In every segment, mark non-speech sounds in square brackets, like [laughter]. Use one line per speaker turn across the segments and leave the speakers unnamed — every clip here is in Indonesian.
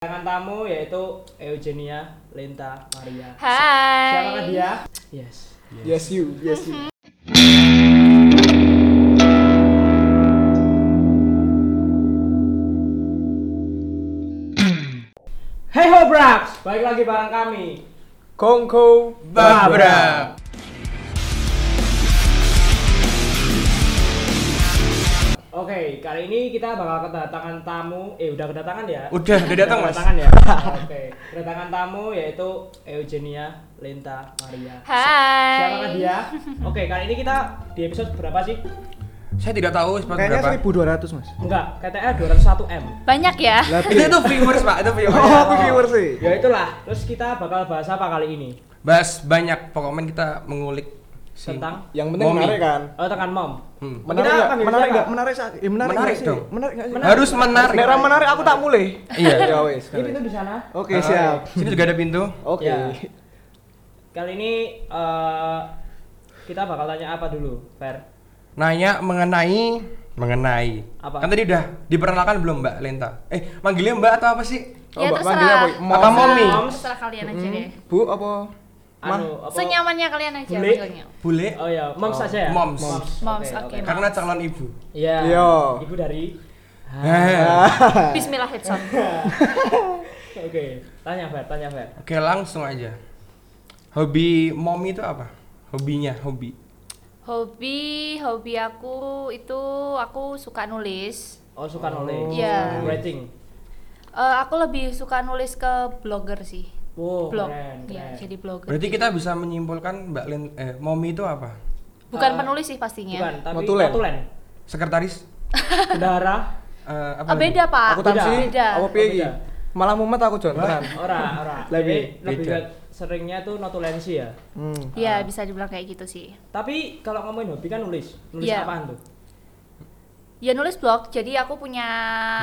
Tangan tamu yaitu Eugenia Lenta Maria. Siapakah
Hai.
dia? Yes. Mm-hmm.
Yes you, yes you.
Hey ho Braps, balik lagi bareng kami.
Kongko Babra.
Oke, kali ini kita bakal kedatangan tamu. Eh, udah kedatangan ya?
Udah, udah datang mas.
Kedatangan ya. Oke, kedatangan tamu yaitu Eugenia Lenta Maria.
Hai.
Siapakah dia? Oke, kali ini kita di episode berapa sih?
Saya tidak tahu sempat berapa.
Kayaknya 1200 mas
Enggak, KTL 201 M.
Banyak ya.
Eh, Itu tuh viewers pak, itu viewers.
Oh aku viewer sih
Ya itulah. Terus kita bakal bahas apa kali ini?
Bahas banyak pokoknya kita mengulik si-
Tentang
Yang penting
Momi.
menarik kan
Oh, tekan mom.
Hmm.
Menarik
Kita
gak?
panggil
Menarik
siapa?
gak? Menarik sa- eh, Menarik
Menarik
gak sih?
dong.
Menarik gak sih?
Harus menarik.
Nek ra menarik aku tak mulai
Iya.
Ya wes
Ini pintu di sana.
Oke siap
Sini juga ada pintu.
Oke
Ya. Kali ini eh, kita bakal tanya apa dulu, Fer?
Nanya mengenai mengenai.
Apa?
Kan tadi udah diperkenalkan belum Mbak Lenta? Eh, manggilnya Mbak atau apa sih?
Oh,
Ya
Mbak,
terserah.
manggilnya apa? Mom.
Apa Momi?
Terserah kalian aja deh.
Bu apa? Mah.
Anu, Hmm. apa?
Senyamannya kalian aja
Bule.
manggilnya.
Bule
Oh ya, moms saja ya?
Moms.
Moms, oke.
karena calon ibu.
Iya.
Iya.
Ibu dari Ah.
Eh.
[laughs]
Bismillahirrahmanirrahim.
Oke, tanya Fer, tanya Fer.
Oke, langsung aja. Hobi Momi itu apa? Hobinya, hobi.
Hobi, hobi aku itu aku suka nulis.
Oh, suka nulis.
Iya.
Writing.
Eh, aku lebih suka nulis ke blogger sih.
Wow,
Blog.
Oh, keren,
Ya,
keren.
jadi blogger.
Berarti kita bisa menyimpulkan Mbak Len, eh, Momi itu apa?
Bukan
Eh,
penulis sih
Bukan,
pastinya.
tapi
Notulen.
notulen.
Sekretaris?
Bendahara.
Eh, apa
Eh, beda, Pak.
Aku tamsi
Beda.
Apa piye iki?
Beda.
Malah mumet aku John tenan
Ora, ora.
Lebih.
Jadi, lebih
Beda.
ke- seringnya tuh notulensi ya.
Hmm.
Iya, bisa dibilang kayak gitu sih.
Tapi kalau ngomongin hobi kan nulis. Nulis
Iya.
apaan tuh?
Ya nulis blog. Jadi aku punya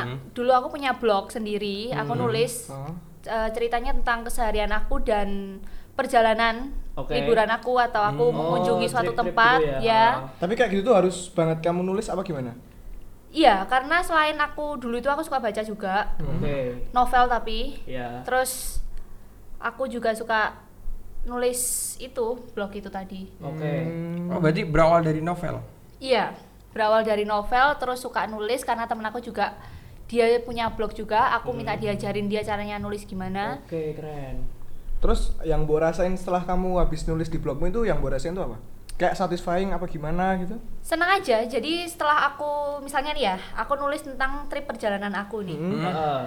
Hmm.
dulu aku punya blog sendiri. Aku nulis
Oh.
eh, ceritanya tentang keseharian aku dan perjalanan
Oke.
liburan aku atau aku
Hmm.
mengunjungi
Oh,
suatu
trip-trip
tempat
gitu
ya.
Tapi kayak gitu tuh harus banget kamu nulis apa gimana?
Iya, karena selain aku dulu itu aku suka baca juga
Oh. Oke.
novel tapi
Iya.
terus aku juga suka nulis itu blog itu tadi.
Oke.
Hmm.
Oh, berarti berawal dari novel.
Iya, berawal dari novel terus suka nulis karena temen aku juga dia punya blog juga, aku
Hmm.
minta diajarin dia caranya nulis gimana.
Oke, keren.
Terus yang bu rasain setelah kamu habis nulis di blogmu itu yang bu rasain tuh apa? Kayak satisfying apa gimana gitu?
Senang aja. Jadi setelah aku misalnya nih ya, aku nulis tentang trip perjalanan aku nih.
Hmm.
Heeh.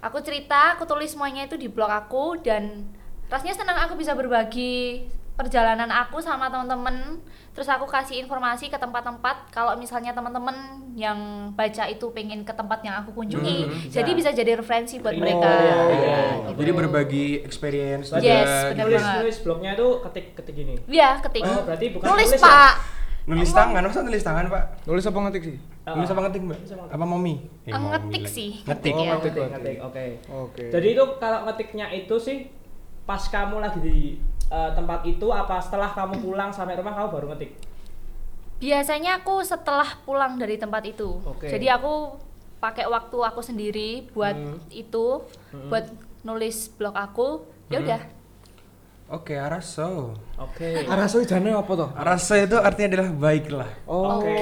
Aku cerita, aku tulis semuanya itu di blog aku dan rasanya senang aku bisa berbagi perjalanan aku sama teman-teman. Terus aku kasih informasi ke tempat-tempat kalau misalnya teman-teman yang baca itu pengen ke tempat yang aku kunjungi.
Hmm,
jadi
ya.
bisa jadi referensi buat
Relate
mereka.
kali ya,
Iya,
Oh.
gitu.
Jadi berbagi experience
Yes,
juga,
benar
gitu.
Nulis,
banget.
nulis blognya itu ketik-ketik gini.
Iya, ketik.
Oh, berarti bukan
nulis,
nulis ya?
Pak.
Nulis tangan, masa nulis tangan, Pak?
Nulis apa ngetik sih?
Ah.
Nulis apa ngetik, Mbak?
Nulis apa
Apa Momi? Eh,
Eh,
Momi
ngetik
lagi.
sih.
Ngetik.
Oh,
Iya.
ngetik.
Ngetik, ngetik, oke.
Oke.
Jadi itu kalau ngetiknya itu sih pas kamu lagi di eh, tempat itu apa setelah kamu pulang sampai rumah kamu baru ngetik?
Biasanya aku setelah pulang dari tempat itu.
Oke.
Jadi aku pakai waktu aku sendiri buat itu, buat nulis blog aku. Ya udah.
Oke, araso.
Oke.
[laughs] Araso jane apa toh?
Araso itu artinya adalah baiklah.
Oh.
Oke.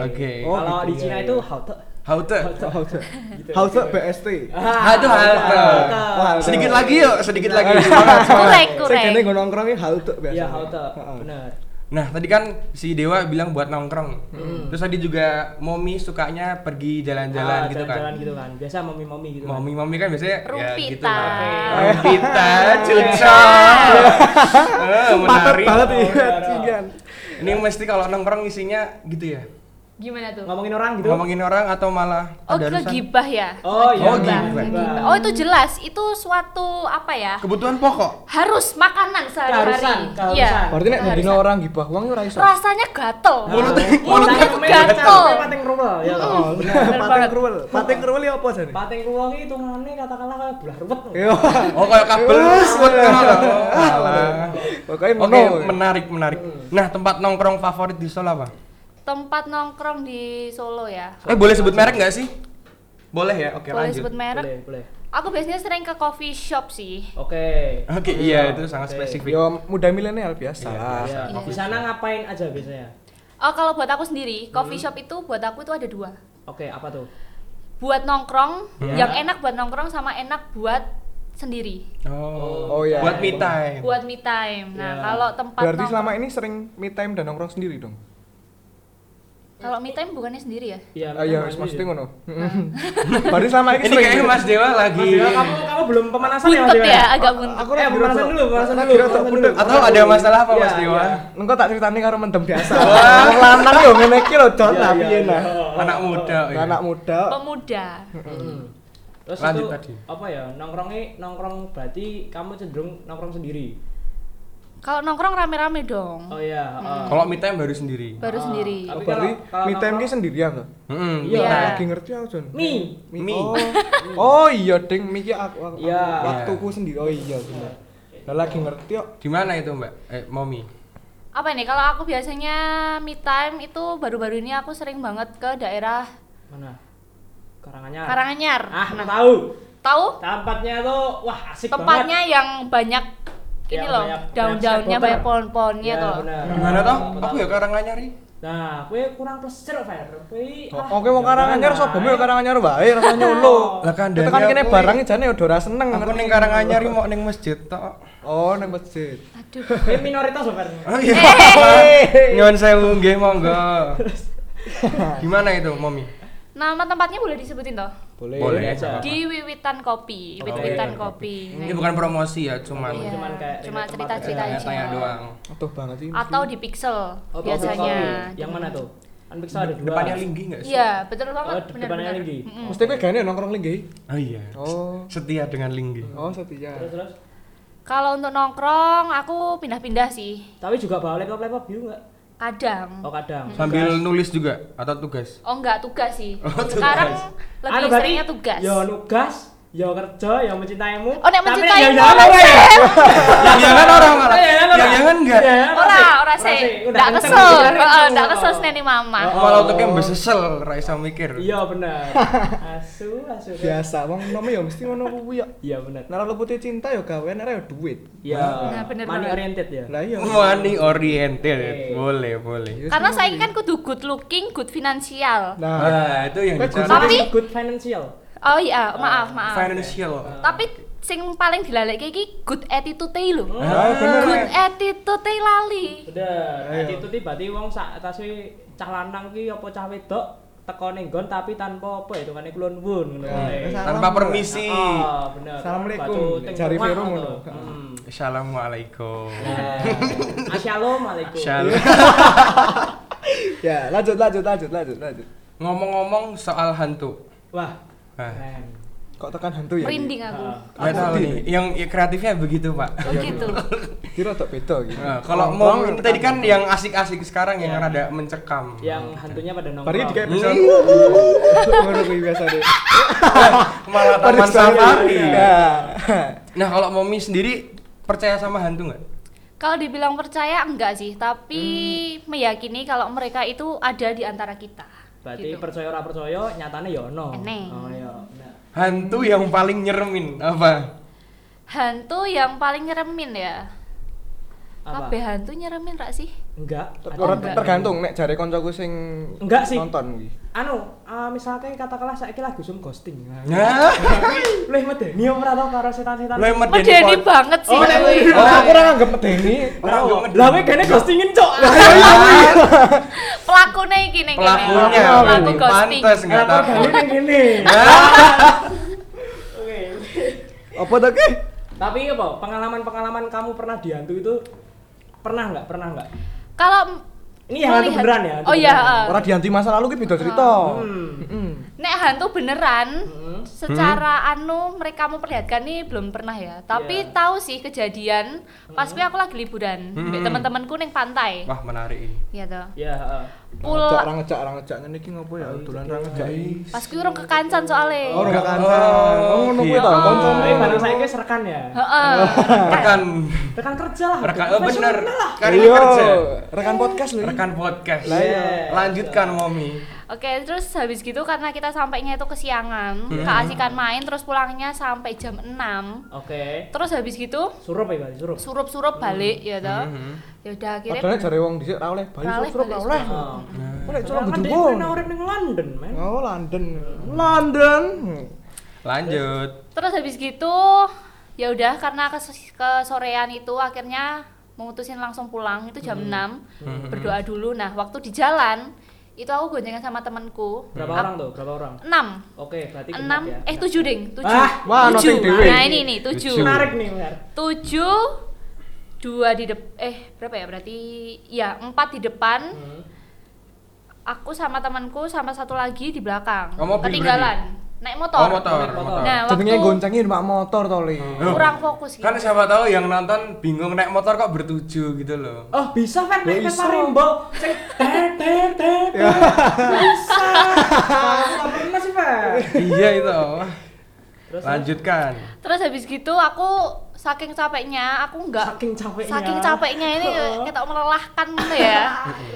Oke.
Oh,
kalau
gitu
di Cina itu halte.
[laughs]
Haute.
Halte.
Gitu.
Halte BST.
Ah,
Aduh, halte.
Wah, halte.
Sedikit lagi yuk, sedikit
[laughs]
lagi. Semangat, semangat.
Kurek, kurek.
Saya gue nongkrongnya halte eh. biasa.
Iya, halte.
Heeh.
Benar.
Nah, tadi kan si Dewa bilang buat nongkrong. Terus tadi juga Momi sukanya pergi
Ah,
jalan-jalan gitu
jalan-jalan
kan.
gitu kan. Biasa mami-mami gitu. kan.
Momi-momi kan biasanya ya gitu
Rumpita.
lah. Rumpita,
[laughs]
cuca. Eh,
Patet
menarik.
banget iya,
Oh,
cigan.
Ini mesti kalau nongkrong isinya gitu ya.
Gimana tuh?
Ngomongin orang gitu.
Ngomongin orang atau malah
Oh,
ada urusan?
kegibah ya.
Oh, iya. Nah,
Oh,
Kegibah,
gibah.
kegibah. Oh, itu jelas. Itu suatu apa ya?
Kebutuhan pokok.
Harus makanan sehari-hari.
Keharusan, keharusan.
Iya.
Berarti nek mendino orang gibah uang ora iso.
Rasanya gatel.
Nah.
Mulutnya
mulutnya tuh gatel.
Pateng ruwel ya. toh?
Oh,
gitu.
bener. Pating kruwel. Pating kruwel ya apa Iya. jane?
Pateng ruwel ini hitungannya katakanlah kayak belah ruwet.
Yo.
Oh, kayak kabel ruwet kan. Oh, alah.
Pokoknya
Oke,
ngono.
menarik, menarik. Nah, tempat nongkrong favorit di Solo apa?
Tempat nongkrong di Solo ya.
Eh, boleh sebut merek nggak sih? Boleh ya? Oke,
Boleh
lanjut.
sebut merek?
Boleh, boleh.
Aku biasanya sering ke coffee shop sih.
Oke.
Oke, iya itu sangat
Oke.
spesifik.
Yo muda milenial biasa
Iya,
lah.
Iya.
Iya.
Di sana ngapain aja biasanya?
Oh, kalau buat aku sendiri, coffee
Hmm.
shop itu buat aku itu ada dua.
Oke, apa tuh?
Buat nongkrong,
Iya.
yang enak buat nongkrong sama enak buat sendiri.
Oh,
Oh, iya.
Buat me time.
Buat me time. Nah,
Iya.
kalau tempat
Berarti
nongkrong-
selama ini sering me time dan nongkrong sendiri dong.
kalau me time bukannya sendiri ya?
Iya,
Ah, iya, wis maksudnya ngono. Berarti selama ini
Ini
sering.
kayaknya Mas Dewa lagi
Mas Dewa, kan kamu kamu belum pemanasan ya, Mas
Buntut
Dewa?
ya, agak buntut.
Iya. Aku
Eh,
lagi
pemanasan
rasa-
dulu, pemanasan
lagi
dulu.
rasa
pemanasan
budek.
dulu.
atau ada masalah apa
Iya,
Mas Dewa?
iya.
Engko tak ceritani karo mendem [laughs] biasa. Wong lanang yo ngene iki lho, Don,
Iya,
lah
iya,
piye
iya.
nah.
Oh, oh,
Anak
oh.
muda. iya.
Anak muda. oh,
Pemuda.
Mm. Terus
Lanjut
itu
tadi.
apa ya? Nongkrongnya nongkrong berarti kamu cenderung nongkrong sendiri.
Kalau nongkrong rame-rame dong.
Oh iya, heeh.
Kalau me time baru sendiri.
Ah,
Baru sendiri.
Tapi
Berarti
kalau- kalau
me time
nongkrong-
ki sendirian to.
Heeh.
Iya.
Tak
Iya.
lagi ngerti aku, Don.
Mi.
Mi. [laughs]
Oh. Oh iya, Ding, mi ki aku, aku-
Iya.
aku- waktuku sendiri. Oh iya, bener. Lah lagi ngerti kok.
Di mana itu, Mbak? Eh, Momi.
Apa nih kalau aku biasanya me time itu baru-baru ini aku sering banget ke daerah
Mana? Karanganyar.
Karanganyar.
Ah, aku
Nah,
tahu.
tahu
Tempatnya tuh wah asik
tempatnya yang banyak
Ya,
ini loh,
banyak- banyak
daun-daunnya banyak
sektor. banget.
pohon-pohonnya toh.
Iya, benar.
Di mana toh?
Aku
Aku
tahu.
ya karang nyari.
Nah, kue kurang plesir, Fer. Kue
Oh,
ah,
Oke wong Karanganyar
jangan,
sobomu
ay.
yo Karanganyar wae
Iya.
rasane lho.
Iya. Lah
Itu kan kene barang jane yo ora seneng.
Aku
ngerti.
ning karang nyari mau ning masjid tok.
Oh, nang masjid.
Aduh.
Kue minoritas, loh, Fer.
Oh iya. Nyuwun sewu nggih
[laughs]
monggo. Gimana itu, Momi?
Nama tempatnya boleh disebutin toh?
Boleh.
Boleh.
aja.
Apa?
Di Wiwitan Kopi,
Oke.
Wit-witan Kopi.
iya.
Ini bukan promosi ya, cuman
Iya,
Cuman kayak
cuma
tempat
cerita-cerita
aja.
aja.
tanya-tanya doang.
Atuh banget sih.
Atau di Pixel
Oh,
biasanya. gitu.
Pixel. Yang mana tuh? Kan Pixel ada dua.
Depannya Linggi nggak sih?
Iya, betul
Oh,
banget.
di depannya
benar-benar.
Linggi.
Mm-mm.
Mesti kowe gane nongkrong linggi.
Oh iya.
Oh.
Setia dengan Linggi.
Oh, setia.
Terus terus.
Kalau untuk nongkrong, aku pindah-pindah sih.
Tapi juga bawa laptop-laptop view enggak?
Kadang.
Oh, kadang.
Sambil nulis juga atau tugas?
Oh enggak, tugas sih.
Oh,
Sekarang
tugas.
lebih
Anu, berarti
seringnya tugas.
Ya tugas, ya kerja, ya mencintaimu.
Oh, nek
Tapi
mencintaimu,
ya jangan
Mas.
ya.
yang jangan Kan orang malah. kan
Ya, jangan
Yang
orang.
jangan enggak.
Ya, jangan
Ora,
sih.
ora sih.
sih. Udah
Ndak
kenceng,
kesel.
udah kenceng.
Heeh, ndak kesel seneni mama.
Oh.
Malah untuk yang besesel, ra iso mikir.
Iya, bener. Asu, asu. kan?
Biasa wong nom yo mesti ngono kuwi yo.
Iya, bener.
Nek ora putih cinta yo gawean ora yo duit.
Iya.
Nah, bener
Money
banget.
oriented ya.
Lah iya.
Money oriented.
Oke.
Boleh, boleh.
Iya sih,
Karena
Mas.
saiki kan kudu good looking, good finansial.
Nah,
Ah, itu yang
Kan
dicari.
guru-
Tapi-
good financial.
Oh iya, maaf,
Eh,
maaf.
financial.
Tapi sing paling dilalekke iki good attitude lho.
Eh,
Ah, bener.
Good attitude
Oh,
lali.
iya, Bener.
Ayo.
Itu berarti wong sak atase cah lanang ki apa cah wedok teko ning nggon tapi tanpa apa ya hitungane kulon wun ngono
Ya,
kae.
wis
Tanpa
Salam,
permisi.
Ah, bener.
Assalamualaikum.
Batu ting
Jari
rumah
Vero
atau-
ngono.
Hmm.
Assalamualaikum.
Nah, Assalamualaikum.
Shalom.
ya lanjut lanjut lanjut lanjut lanjut.
Ngomong-ngomong soal hantu.
Wah.
Nah,
keren.
Kok tekan hantu ya?
Merinding
Ah.
aku.
iya,
nggak tahu
Aku
nih, yang yang kreatifnya begitu, Pak.
Oh gitu.
Kira tok beda gitu.
Nah, kalau mau ini tadi kan yang asik-asik sekarang yang rada mencekam.
Yang hantunya pada nongkrong.
Mari dikai bisa.
Hmm.
Ngono kuwi biasa deh. [laughs]
malah taman Iya. safari. Iya.
Ya.
Nah, kalau Momi sendiri percaya sama hantu nggak?
Kalau dibilang percaya enggak sih, tapi
Hmm.
meyakini kalau mereka itu ada di antara kita.
Berarti
Gitu.
percaya ora percaya nyatane ya ono.
Ene.
Oh iya. Nah,
Hantu yang paling nyeremin apa?
Hantu yang paling nyeremin ya.
Apa?
Kabeh hantu nyeremin rak sih?
Enggak.
Ter-
Ada
ora-
enggak?
Tergantung nek jare koncoku sing
Enggak sih.
nonton kuwi.
Anu, ah, misalkan katakanlah saiki lagi zoom ghosting. Nah,
Nah,
Lu medeni ora tau karo setan-setan.
lo yang medeni
Medeni
pot-
banget sih. Iya.
Oh, nek
kuwi.
medeni.
Ora aku ora nganggep medeni.
Orang nggak medeni.
Lah kowe kene ghostingin Ah, cok.
Pelakunya iki ning kene.
Pelakunya,
pelaku
oh,
ghosting.
pantes nggak
Kenapa
takut.
kali nang kene? Oke.
Apa to ki?
Tapi apa pengalaman-pengalaman kamu pernah dihantu itu pernah nggak? Pernah nggak?
Kalau
Ini yang hantu
melihat-
beneran ya? hantu
Oh iya.
beneran.
Ora dianti masa lalu ki beda cerita.
Hmm.
Heeh.
Nek hantu beneran
Hmm.
secara anu mereka memperlihatkan nih belum pernah ya.
Iya.
Tapi tahu sih kejadian pas kuwi aku lagi liburan
Hmm.
mbek teman-temanku ning pantai.
Wah, menarik ini.
Iya toh.
Ya, heeh.
Ngejak
Pula
ra ngejak ra ngejak ngene iki ngopo ya? Dolan ra ngejak iki.
pas kuwi urung kekancan soalnya.
Oh,
Enggak.
enggak kan.
Oh,
Ngono kuwi ta,
gitu.
koncomu.
Eh, barang saya guys rekan ya.
Heeh.
Rekan,
Rekan kerja
Ah,
lah.
rekan, oh, bener,
Profesional lah.
karena
Iya,
kerja,
rekan podcast lho. iki.
rekan podcast.
Lah, iya.
Lanjutkan Momi.
[laughs] Oke, terus habis gitu karena kita sampainya itu kesiangan,
Hmm.
keasikan main terus pulangnya sampai jam 6.
Oke.
Terus habis gitu
Surup ya berarti surup.
surup-surup balik ya toh.
Mhm.
Ya udah akhirnya
Padahal jare wong dhisik ra oleh bali
Ra oleh,
surup
Bali
ra oleh.
Heeh.
Nah,
Oleh cara
Soalnya kan dia
gedung.
pernah urip ning London, men.
Oh, London. London.
Lanjut.
terus habis gitu ya udah karena kes- kesorean itu akhirnya memutusin langsung pulang itu jam 6
Hmm.
berdoa dulu. Nah, waktu di jalan itu aku goncengan sama temenku.
Berapa orang tuh? Berapa orang?
6
Oke, berarti genap
6
ya.
eh 7 ding, 7.
Ah,
wah, noting dewe.
Nah, ini nih 7.
Tujuh.
Menarik nih, Mer.
tujuh dua di dep eh berapa ya berarti ya empat di depan
Hmm.
aku sama temanku sama satu lagi di belakang
Oh, mobil
ketinggalan naik motor,
Oh, motor,
Motor.
motor.
nah
Jenenge
waktu
goncengin mbak motor to, Li.
Loh,
kurang fokus gitu
Kan siapa tahu yang nonton bingung naik motor kok bertuju gitu loh.
Oh, bisa kan
Ya,
naik
iso. Ya.
Vespa Rimbo. Cek ter ter ter. ter. Bisa. Kamu pernah sih, Pak.
iya itu.
Terus
Lanjutkan.
terus habis gitu aku saking capeknya aku nggak
saking capeknya.
saking capeknya ini
Heeh.
kita melelahkan gitu ya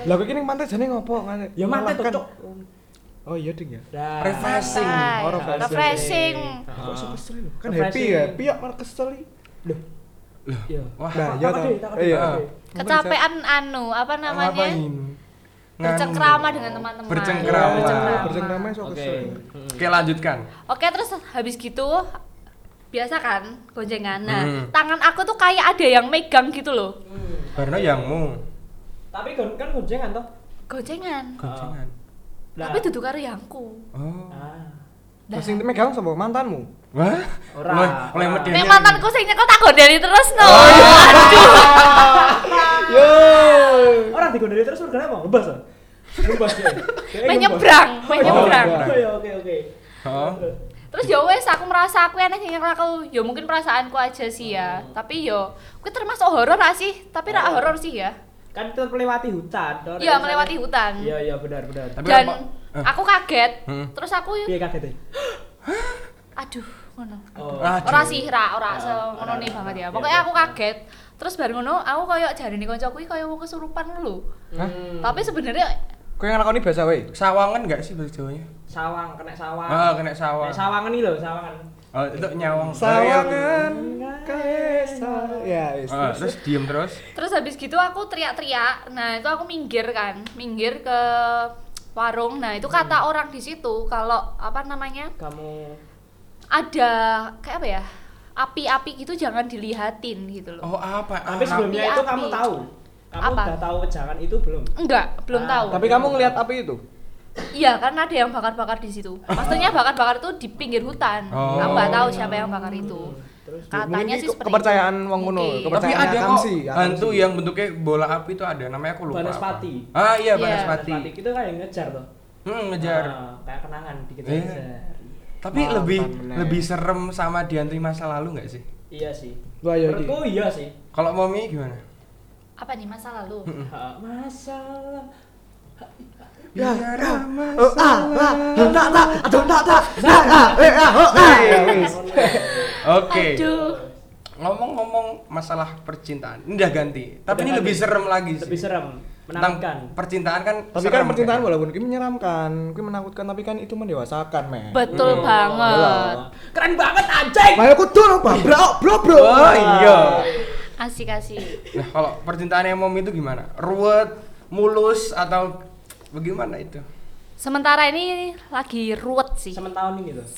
Lah kok ini mantai jane ngopo? Mantai-
Ya mantai tuh,
melelahkan.
Cok.
Oh iya ding ya.
Dah.
Refreshing.
Santai.
Oh, refreshing.
refreshing
Heeh.
Kok iso kesel lho? Kan
Ah. Refreshing.
happy ya. Piye kok malah kesel iki?
Loh. Iya.
Wah,
Takut
Nah, iya
deh,
toh.
takut deh,
Iya.
takut deh.
kecapean anu apa namanya
ngapain?
bercengkrama
Nganu.
dengan teman-teman
Bercengkrama.
Iya, bercengkrama.
Bercengkrama iso
Oke.
kesel.
Mm-mm.
Oke, lanjutkan.
Oke terus habis gitu biasa kan goncengan. Nah,
Hmm.
tangan aku tuh kayak ada yang megang gitu loh.
Hmm.
Barno yangmu.
Tapi kan kan goncengan toh. Ah.
Goncengan.
Goncengan.
Lah.
Tapi duduk karo yangku.
Oh.
Ah.
Nah.
Lah sing megang sapa? Mantanmu.
Wah?
Ora,
Oleh oleh
ora.
Nek
medeni.
mantanku sing nyekel tak gondeli terus no.
Yo.
Orang digondoli terus surga apa? Ngebas ah. Ngebas ya. Kayaknya
menyebrang,
ngebas. Oh,
menyebrang.
iya, iya, Oke oke.
Oh.
Terus ya wes aku merasa aku enak sing nyekel aku. Ya mungkin perasaanku aja sih ya.
Hmm.
Tapi yo aku termasuk horor gak sih? Tapi ra
Horor.
horor sih ya.
Kan itu melewati hutan. toh.
Iya,
Misalnya-
melewati hutan.
ya, Iya iya benar benar.
Tapi
Dan
apa- eh.
aku kaget.
Hmm.
Terus aku ya,
Piye kaget deh.
aduh ngono.
Oh.
Ah,
ora sih ra ora
Ah,
ngono
ora,
nih
ora.
banget ya
Iya,
pokoknya
iya.
aku kaget terus baru ngono aku koyo jarene kanca kuwi koyo wong kesurupan lho
Hah?
Hmm.
tapi sebenarnya
Kowe ngelakoni biasa wae.
Sawangan enggak sih bahasa Jawanya?
sawang kena sawang.
Ah, kena sawang.
Kena sawangan nih loh, sawangan.
Oh, itu nyawang.
Sawangan kaisa. Ya, wis.
Ah, terus diem terus.
terus habis gitu aku teriak-teriak nah itu aku minggir kan minggir ke warung nah itu kata
Hmm.
orang di situ kalau apa namanya
Kamu
ada kayak apa ya api-api gitu jangan dilihatin gitu loh
Oh, apa?
tapi
Ah,
sebelumnya
api,
itu
api.
kamu tahu. Kamu
Apa?
udah tahu kejangan itu belum?
enggak belum
Ah,
tahu
Tapi kamu ngelihat api itu?
iya kan ada yang bakar-bakar di situ
[laughs]
maksudnya bakar-bakar itu di pinggir hutan
Oh.
aku nggak tahu siapa yang bakar itu
Hmm, Terus
katanya
Mungkin
sih
ke-
seperti
kepercayaan
itu.
wong ngono,
Mungkin.
kepercayaan.
tapi ada kok ya,
Akamsi, akamsi.
hantu yang bentuknya bola api itu ada namanya aku lupa. apa.
Banaspati.
Ah iya
Iya.
banaspati.
Batik itu kayak ngejar tuh.
Hmm, ngejar.
Ah, kayak kenangan dikejar
Iya. Tapi
Mantan
lebih
meneh.
lebih serem sama diantri masa lalu nggak sih?
Iya sih.
Wah, ya iki.
Menurutku iya sih.
Kalau momi gimana?
apa nih masa lalu
Ah, Masalah.
[laughs]
Ya,
Bicara
Oh,
masa
ah, ah, tak, tak, aduh, tak, tak, tak, ah, eh, ah, oh,
Iya,
ah. Ya, wis.
Oke.
aduh
Ngomong-ngomong masalah percintaan, ini udah ganti. Tapi
Udah
ini
ganti.
lebih serem lagi sih.
Lebih serem,
Tentang
menakutkan.
percintaan kan
Tapi kan
serem
percintaan
kayaknya.
walaupun ini menyeramkan, ini menakutkan tapi kan itu mendewasakan, men.
betul
Oh,
banget
iyalah. Keren banget anjing.
Mayo kudu no, Bang. bro, bro, bro.
Oh iya.
Ah.
asik asik
Nah, kalau percintaan yang momi itu gimana? Ruwet, mulus atau bagaimana itu?
sementara ini lagi ruwet sih
Sementahun ini tuh.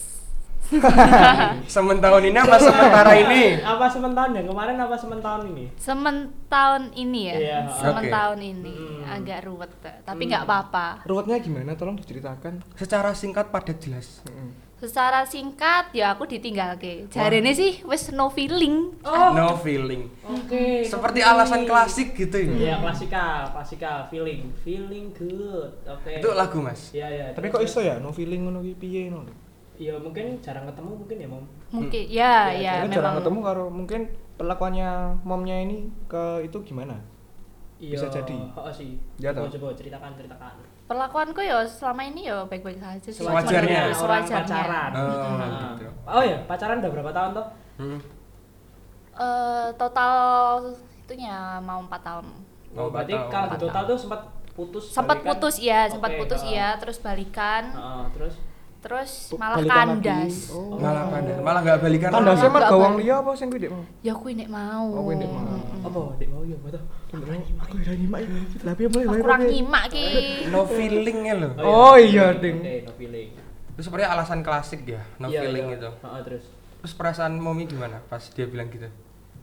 Sementahun ini apa sementara ini?
Apa sementahun ya? Kemarin apa sementahun ini?
sementahun ini ya
Iya, oke.
sementahun ini
Hmm.
agak ruwet tapi
Hmm.
nggak apa-apa
Ruwetnya gimana? Tolong diceritakan.
Secara singkat padat jelas.
Heeh.
secara singkat ya aku ditinggal ke jarene sih wes no feeling
Oh,
No feeling.
Oke.
Seperti
kopi.
alasan klasik gitu ya.
Iya, klasikal, klasikal, feeling, feeling good. Oke.
Itu lagu, Mas.
Iya, iya.
Tapi
terus-
kok iso ya no feeling ngono ki piye no?
Iya, mungkin jarang ketemu mungkin ya, Mom.
mungkin ya
Hmm.
Iya,
ya
Aku jarang
memang
ketemu karo mungkin perlakuannya momnya ini ke itu gimana? Bisa jadi.
Heeh sih.
Iya
coba,
toh?
Oh, coba ceritakan, ceritakan.
perlakuanku ya selama ini ya baik-baik saja sih Sewajarnya.
Sewajarnya.
orang pacaran.
Oh,
Nah.
gitu.
Oh iya, pacaran udah berapa tahun toh?
Hmm.
Eh, total itunya mau 4 tahun
Oh,
berarti
empat tahun.
kalau di total tuh sempat putus
sempat
balikan?
putus iya sempat
Oke,
putus
ha.
iya terus balikan
Heeh, terus
terus
Bu-
malah
balikan
kandas
lagi. Oh.
malah kandas malah nggak balikan
Tanda
Kandasnya
saya mah
Nggak
gawang
boleh.
liya apa sing kuwi, Dek? Mau?
ya aku ini mau
Oh, aku ini mau.
Mm-mm.
apa Oh, dek mau ya bodoh
Aku udah nyimak. Tapi mulai
Wah, kurang nyimak ki
no feelingnya loh
Oh, iya, Ding.
Oke, no feeling.
itu sebenarnya alasan klasik ya no
Iya,
feeling
iya.
itu
Heeh, terus.
terus perasaan momi gimana pas dia bilang gitu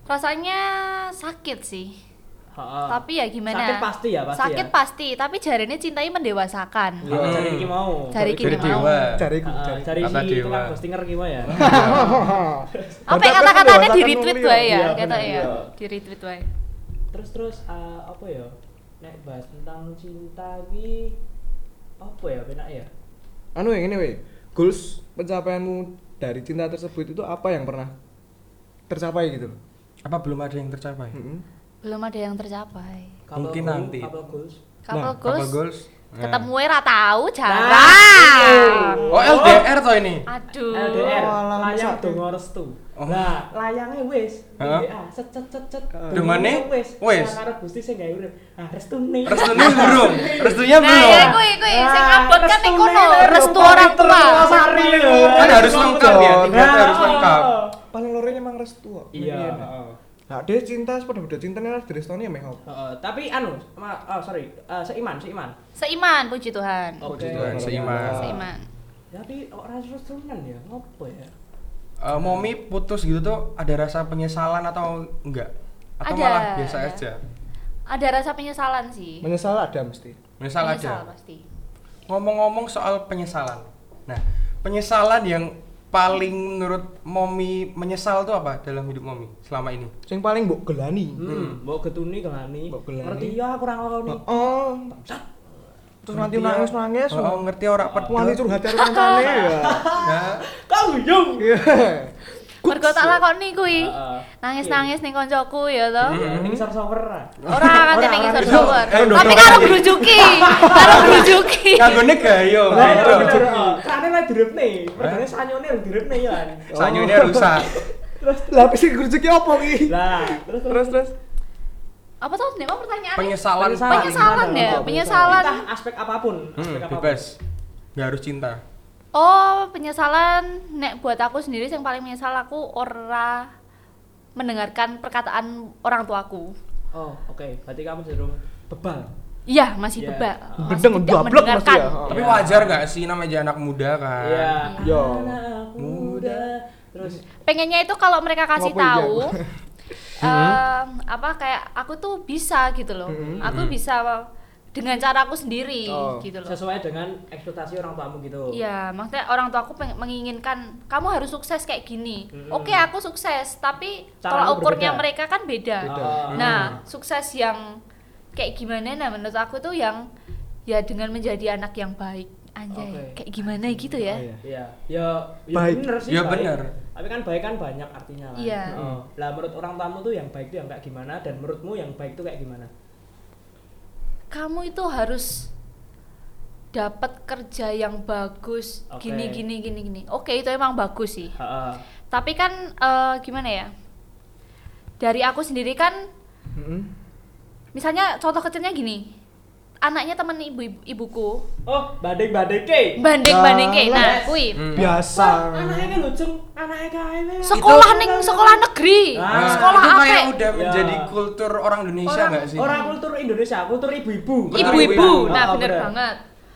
rasanya sakit sih
Heeh.
tapi ya gimana
Ah. Sakit pasti ya, pasti
sakit
ya.
pasti tapi jarine cintai mendewasakan
Iya,
Hmm.
cari iki mau.
Cari iki
dari
mau.
dewa
Cari ku,
Heeh,
cari.
cari
Kata
si
dewa.
tukang ghostinner gimana
[laughs]
ya?
apa yang kata-katanya di retweet wae ya
Iya,
kata
bener,
ya
iya.
di retweet wae
terus terus eh, apa ya nek bahas tentang cinta ki apa ya penak ya
Anu yang ini, weh. Goals pencapaianmu dari cinta tersebut itu apa yang pernah tercapai gitu loh.
apa belum ada yang tercapai
Mm-mm.
belum ada yang tercapai
Couple
Mungkin
goal-
nanti.
couple goals
couple
Nah,
Couple
goals
goals Nah.
ketemu wae ra tau
Nah,
jarang
oh LDR toh ini
aduh
LDR
Oh, alam
layang
satu.
dongo restu
Oh.
nah layangnya wis
Heeh.
DA set set set set
Dongone?
wis
Wis.
Sang arep gusti sing gawe urip ah restu nih
restunya belum restunya
nah
belum
ya kuwi kuwi sing ngabot kan iku no restu orang tua
Iya.
kan
Nah,
harus lengkap ya tiga itu harus lengkap
Paling lore emang restu kok.
iya
Iya.
heeh.
Nah, dia cinta sepeda-peda cintanya dari Estonia mehop.
Heeh, tapi anu ma- oh sorry eh, seiman seiman
seiman puji Tuhan
Oke.
Tuhan, seiman.
Oh,
iya.
seiman
tapi kok rasa restunan ya ngopo ya
Eh, momi putus gitu tuh ada rasa penyesalan atau enggak atau
Ada,
malah biasa
ada.
aja
ada rasa penyesalan sih
Menyesal ada mesti.
menyesal aja
Menyesal pasti
Ngomong-ngomong soal penyesalan. Nah, penyesalan yang paling menurut Momi menyesal tuh apa dalam hidup Momi selama ini?
Sing paling mbok gelani.
Hmm, mbok getuni gelani.
Mbok gelani.
Ngerti ya aku ora ngeloni.
Heeh. Terus nanti nangis-nangis.
Oh, oh, ngerti ora pedes.
Wani curhat karo kancane ya.
Nah,
Kau Eh, yung.
Iya.
mergo tak lakoni kuwi
Heeh.
nangis-nangis ning koncoku ya to
Ini ngisor sower. ah.
ora kan
Ora,
jeneng ngisor
ora.
sower
Karo
tapi
dodol.
karo grujuki karo
[laughs]
grujuki
kanggone gayo.
Lah,
gitu. beda.
iya, bener, ah. Karena lagi direpne, perdane sanyone lagi direpne ya. kan.
Sanyunya rusak.
Lapis sing gerejeki opo ki?
Lah, terus
Terus terus.
apa tuh nih mau pertanyaannya
Penyesalan
Penyesalan.
paling
penyesalan
Penyesalan.
ya
Penyesalan.
penyesalan
entah aspek apapun,
hmm,
aspek apapun.
bebas. Gak harus cinta.
oh penyesalan nek buat aku sendiri yang paling menyesal aku ora mendengarkan perkataan orang tuaku
Oh, oke. Berarti kamu cenderung bebal.
iya masih
Iya.
bebal
Ah.
Masih
Gedeng,
tidak
jablok masih
mendengarkan.
ya.
Tapi
Iya.
wajar gak sih namanya anak muda kan?
Iya.
Yo.
Anak Muda. Terus
pengennya itu kalau mereka kasih
Kenapa iya?
tahu [laughs] em, apa kayak aku tuh bisa gitu loh
Mm-hmm,
Mhm.
aku
Mhm.
bisa dengan cara aku sendiri
Oh.
gitu loh
sesuai dengan ekspektasi orang tuamu gitu.
Iya, maksudnya orang tua aku peng- menginginkan kamu harus sukses kayak gini.
Mhm.
Oke, aku sukses, tapi
Cara
tolak
aku
ukurnya
berbeda.
mereka kan beda.
Beda.
Ah.
Nah, sukses yang kayak gimana? Nah, menurut aku tuh yang ya dengan menjadi anak yang baik, anjay,
Oke.
kayak gimana gitu ya?
Oh, iya.
Iya, ya, ya
Baik.
bener sih.
Ya
baik.
bener.
Tapi kan baik kan banyak artinya lah.
Iya.
Heeh. Lah menurut orang tamu tuh yang baik tuh yang kayak gimana dan menurutmu yang baik tuh kayak gimana?
Kamu itu harus dapat kerja yang bagus,
Oke.
gini gini gini gini. Oke, itu emang bagus sih.
Heeh.
Tapi kan eh, gimana ya? Dari aku sendiri kan
Heeh.
Misalnya contoh kecilnya gini, anaknya temen ibu, ibu ibuku,
Oh, badeng-badeng ke.
banding banding kayak nah,
Nah,
kui
Hmm.
Biasa.
Wah, anaknya kan lucu, anaknya kae.
sekolah neng sekolah negeri,
Ah,
sekolah
Nah, itu
apa?
kayak udah
Ya.
menjadi kultur orang Indonesia
Orang-
nggak sih?
Orang kultur Indonesia, kultur ibu-ibu.
Ibu-ibu,
Bener.
nah
Ah,
Oh,
bener banget.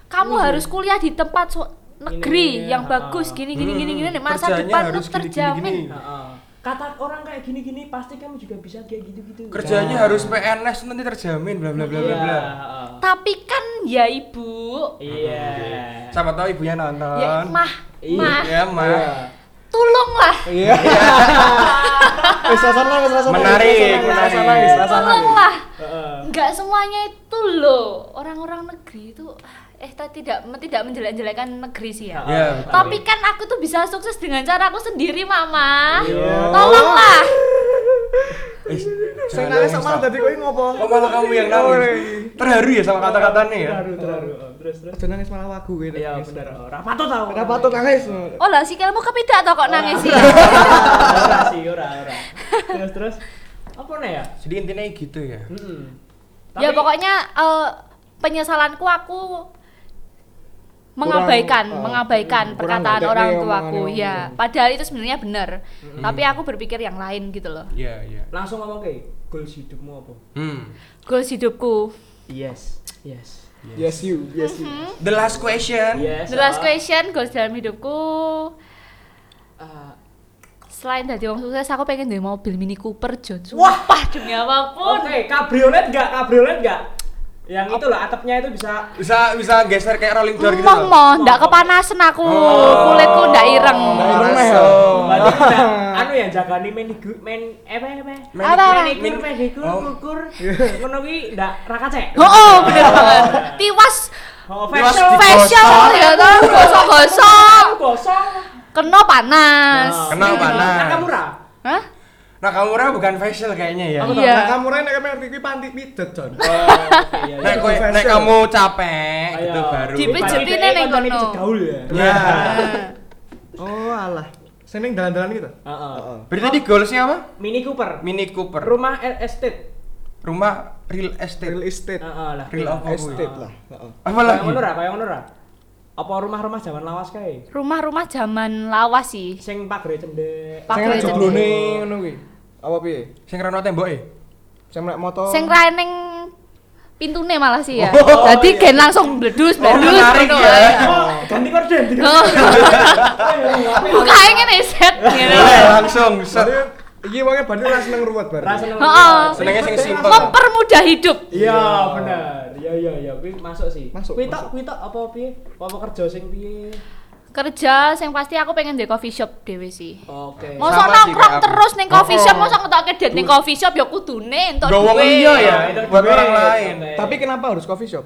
Kamu harus kuliah di tempat su- negeri
Gini, ah.
yang bagus gini gini gini gini,
Hmm,
masa
kerjanya
depan tuh
harus gini, gini,
terjamin.
gini.
Heeh. Kata orang kayak gini-gini pasti kamu juga bisa kayak gitu-gitu.
Kerjanya
Nah.
harus PNS nanti terjamin bla bla bla bla
Iya,
bla.
heeh.
Tapi kan ya ibu,
Iya.
Siapa tahu ibunya nonton.
ya mah
Iya.
mah
Ya, mah.
tolonglah
Iya. Wis rasan nangis rasan nangis,
Menarik,
rasan
menarik.
nangis, rasan nangis.
tolonglah.
Heeh.
nggak semuanya itu loh orang-orang negeri itu eh tadi tidak tidak menjelek-jelekan negeri sih ya
Iya, betul.
tapi kan aku tuh bisa sukses dengan cara aku sendiri mama
Iya.
tolonglah
Ih,
Sing
jangan nangis,
nangis sak malah
Pak.
dadi kowe ngopo? Iya,
Oh, malah kamu yang nangis. Terharu ya sama kata-katanya ya.
Terharu, terharu. Heeh, Terus terus.
Aja nangis malah wagu gitu.
Iya, bener. Oh, Rapato tau.
Ora patut nangis.
oh lah si kamu kepidak tau kok nangis sih
ora sih, ora, ora. Terus terus. Apa nih ya?
Jadi intinya gitu ya.
Mm-mm.
ya
Tapi-
pokoknya eh, penyesalanku aku mengabaikan,
Kurang, eh,
mengabaikan
kurang
perkataan
nggak
orang
tekne
tuaku
omongannya.
ya. Padahal itu sebenarnya benar, tapi aku berpikir yang lain gitu loh.
Iya, iya.
Langsung ngomong ke goals hidupmu apa?
Hmm.
Goals hidupku.
Yes. Yes.
Yes you, yes you.
Mm-hmm.
The last question.
Yes.
The last
ah.
question, goals dalam hidupku
Ah,
selain dari orang sukses, aku pengen dari mobil Mini Cooper John. Wah, demi apapun.
Oke, kabriolet nggak? Kabriolet nggak? Yang itu loh, atapnya itu bisa
Bisa bisa geser kayak rolling door gitu.
Emang
loh.
mau, ndak kepanasan aku, kulitku ndak ireng.
oh,
Ndak ireng, Mel.
Raso.
Berarti
[laughs]
udah, anu ya jagani menigu men apa ya apa?
Meni-
Apa?
Menikur,
Meni-
pedikur,
Oh.
kukur, ngono ki ndak rakacek.
Oh, oh bener banget. Tiwas
Oh,
Tiwas
facial.
di-
facial ya toh, gosok-gosok,
Kamu gosong.
kena panas. Gitu.
Nah,
Kena
ini
panas. Oh,
kan kamu ra.
Hah?
Nakamura Nah, bukan facial kayaknya ya.
Aku
Iya.
tak kamu rene nek merti kuwi panti pijet, Jon.
iya,
Nek,
Itu
koe-
facial.
nek kamu capek gitu baru.
Dipijit.
Balik
Dipijetin nih
deh, konten
kono.
iki Gaul ya.
Ya.
Iya.
Oh, alah. Seneng dalan-dalan gitu.
Heeh.
Heeh.
Berarti tadi goalsnya apa?
Mini Cooper.
Mini Cooper.
Rumah el- estate.
Rumah real
Real
estate.
estate.
Heeh lah.
Real apa
Estate
kuwi?
lah, heeh.
Apa
Kayak
lagi?
ngono ra, kayak ngono ra. Apa rumah-rumah zaman lawas kae?
Rumah-rumah zaman lawas sih.
Sing pagere cendek.
Pakai
Sing ana
aja.
joglone ngono kuwi. Apa piye?
Sing rono temboke.
Sing nek moto.
Sing raeneng pintune malah sih ya.
Oh,
Jadi
iya.
gen langsung bledus,
Oh,
bledus.
menarik
gitu.
ya.
Oh, [laughs] ganti korden. ganti
[laughs]
Oh.
korden.
Bukae ngene set
Iya.
gitu.
Boleh, langsung. set.
Berarti iya. Iki wonge bandel ora seneng ruwet bar.
Rasa seneng
Oh,
banget.
oh.
Senengnya sing simple.
Mempermudah hidup.
Iya, benar. Iya iya iya, kuwi masuk sih.
Masuk,
Kuwi tok
masuk.
kuwi tok apa piye? Apa kerja sing piye?
Kerja sing pasti aku pengen di coffee shop dhewe sih.
Oke.
Mas-
Mosok
Sama sih
nongkrong
kayak aku.
terus ning coffee
Oh,
shop,
oh.
mosok ngetokke date ning coffee shop ya kudune entuk
Gak wong
duwe.
liya ya,
Itu
buat
duit.
orang lain.
Oke.
Tapi kenapa harus coffee shop?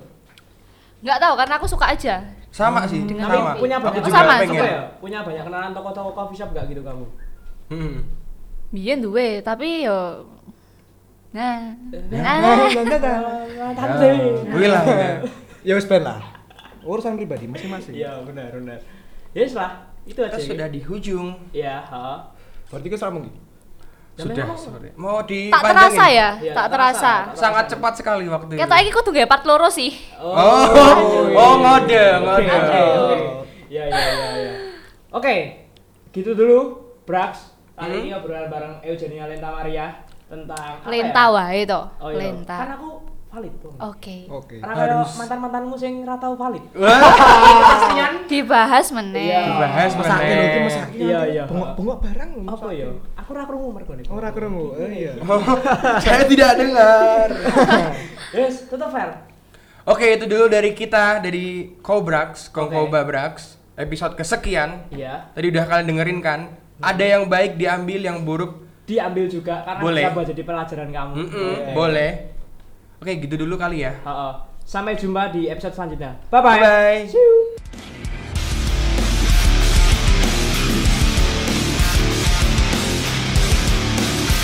Nggak tahu karena aku suka aja.
Sama sih,
tapi
sama.
punya
Aku
banyak
juga
Sama,
pengen.
Apa ya? Punya banyak kenalan toko-toko coffee shop gak gitu kamu?
Hmm.
Biyen duwe, tapi yo Nah.
Nah, [laughs]
Nah.
nah,
Iya,
nah,
Tante.
Kuwi lah. ya.
[laughs] nah. Ya wis ben lah. Urusan pribadi masing-masing.
Iya, benar benar. Ya wis lah, itu aja.
Kita sudah di hujung.
Iya, heeh.
Berarti ki seramu ki.
Ya,
Sudah.
memang.
seperti- Mau
Tak
dipanjangin.
terasa ya?
Iya,
tak
tak
terasa.
terasa.
Sangat cepat sekali waktu
Ketok iki kudu gawe part loro sih.
Oh,
Oh, oh ngode,
Oke,
ngode.
oke, oke.
Oh.
Ya, ya, ya, ya. Oke, gitu dulu, Brax. Kali
Hmm?
ini obrolan bareng Eugenia Lenta Maria tentang apa
Lenta
ya?
wae
Oh,
to.
iya. Kan
Lenta. Oh.
aku valid dong.
Oke.
Oke.
Karena
Harus. Oh.
kalau mantan-mantanmu sing ra tau valid.
Wah,
Kesenian.
Dibahas meneh.
dibahas
Mesake lho ki
meneh.
mesake.
Iya, iya.
Bengok-bengok barang.
Apa ya? Aku ra krungu mergo
Oh,
Gitu. nih.
Ora krungu. eh,
[laughs]
Iya.
[laughs] Saya tidak dengar.
Yes, tetep fair.
Oke, itu dulu dari kita dari Kobrax,
Oke.
Kokoba Brax, episode kesekian.
Iya.
Tadi udah kalian dengerin kan? Ada yang baik diambil, yang buruk
Diambil juga karena
Boleh.
bisa buat jadi pelajaran kamu. Iya.
mm-mm,
Oke.
boleh. Oke, gitu dulu kali ya.
Ha-ha. Sampai jumpa di episode selanjutnya.
Bye
Bye bye.
bye.
See you.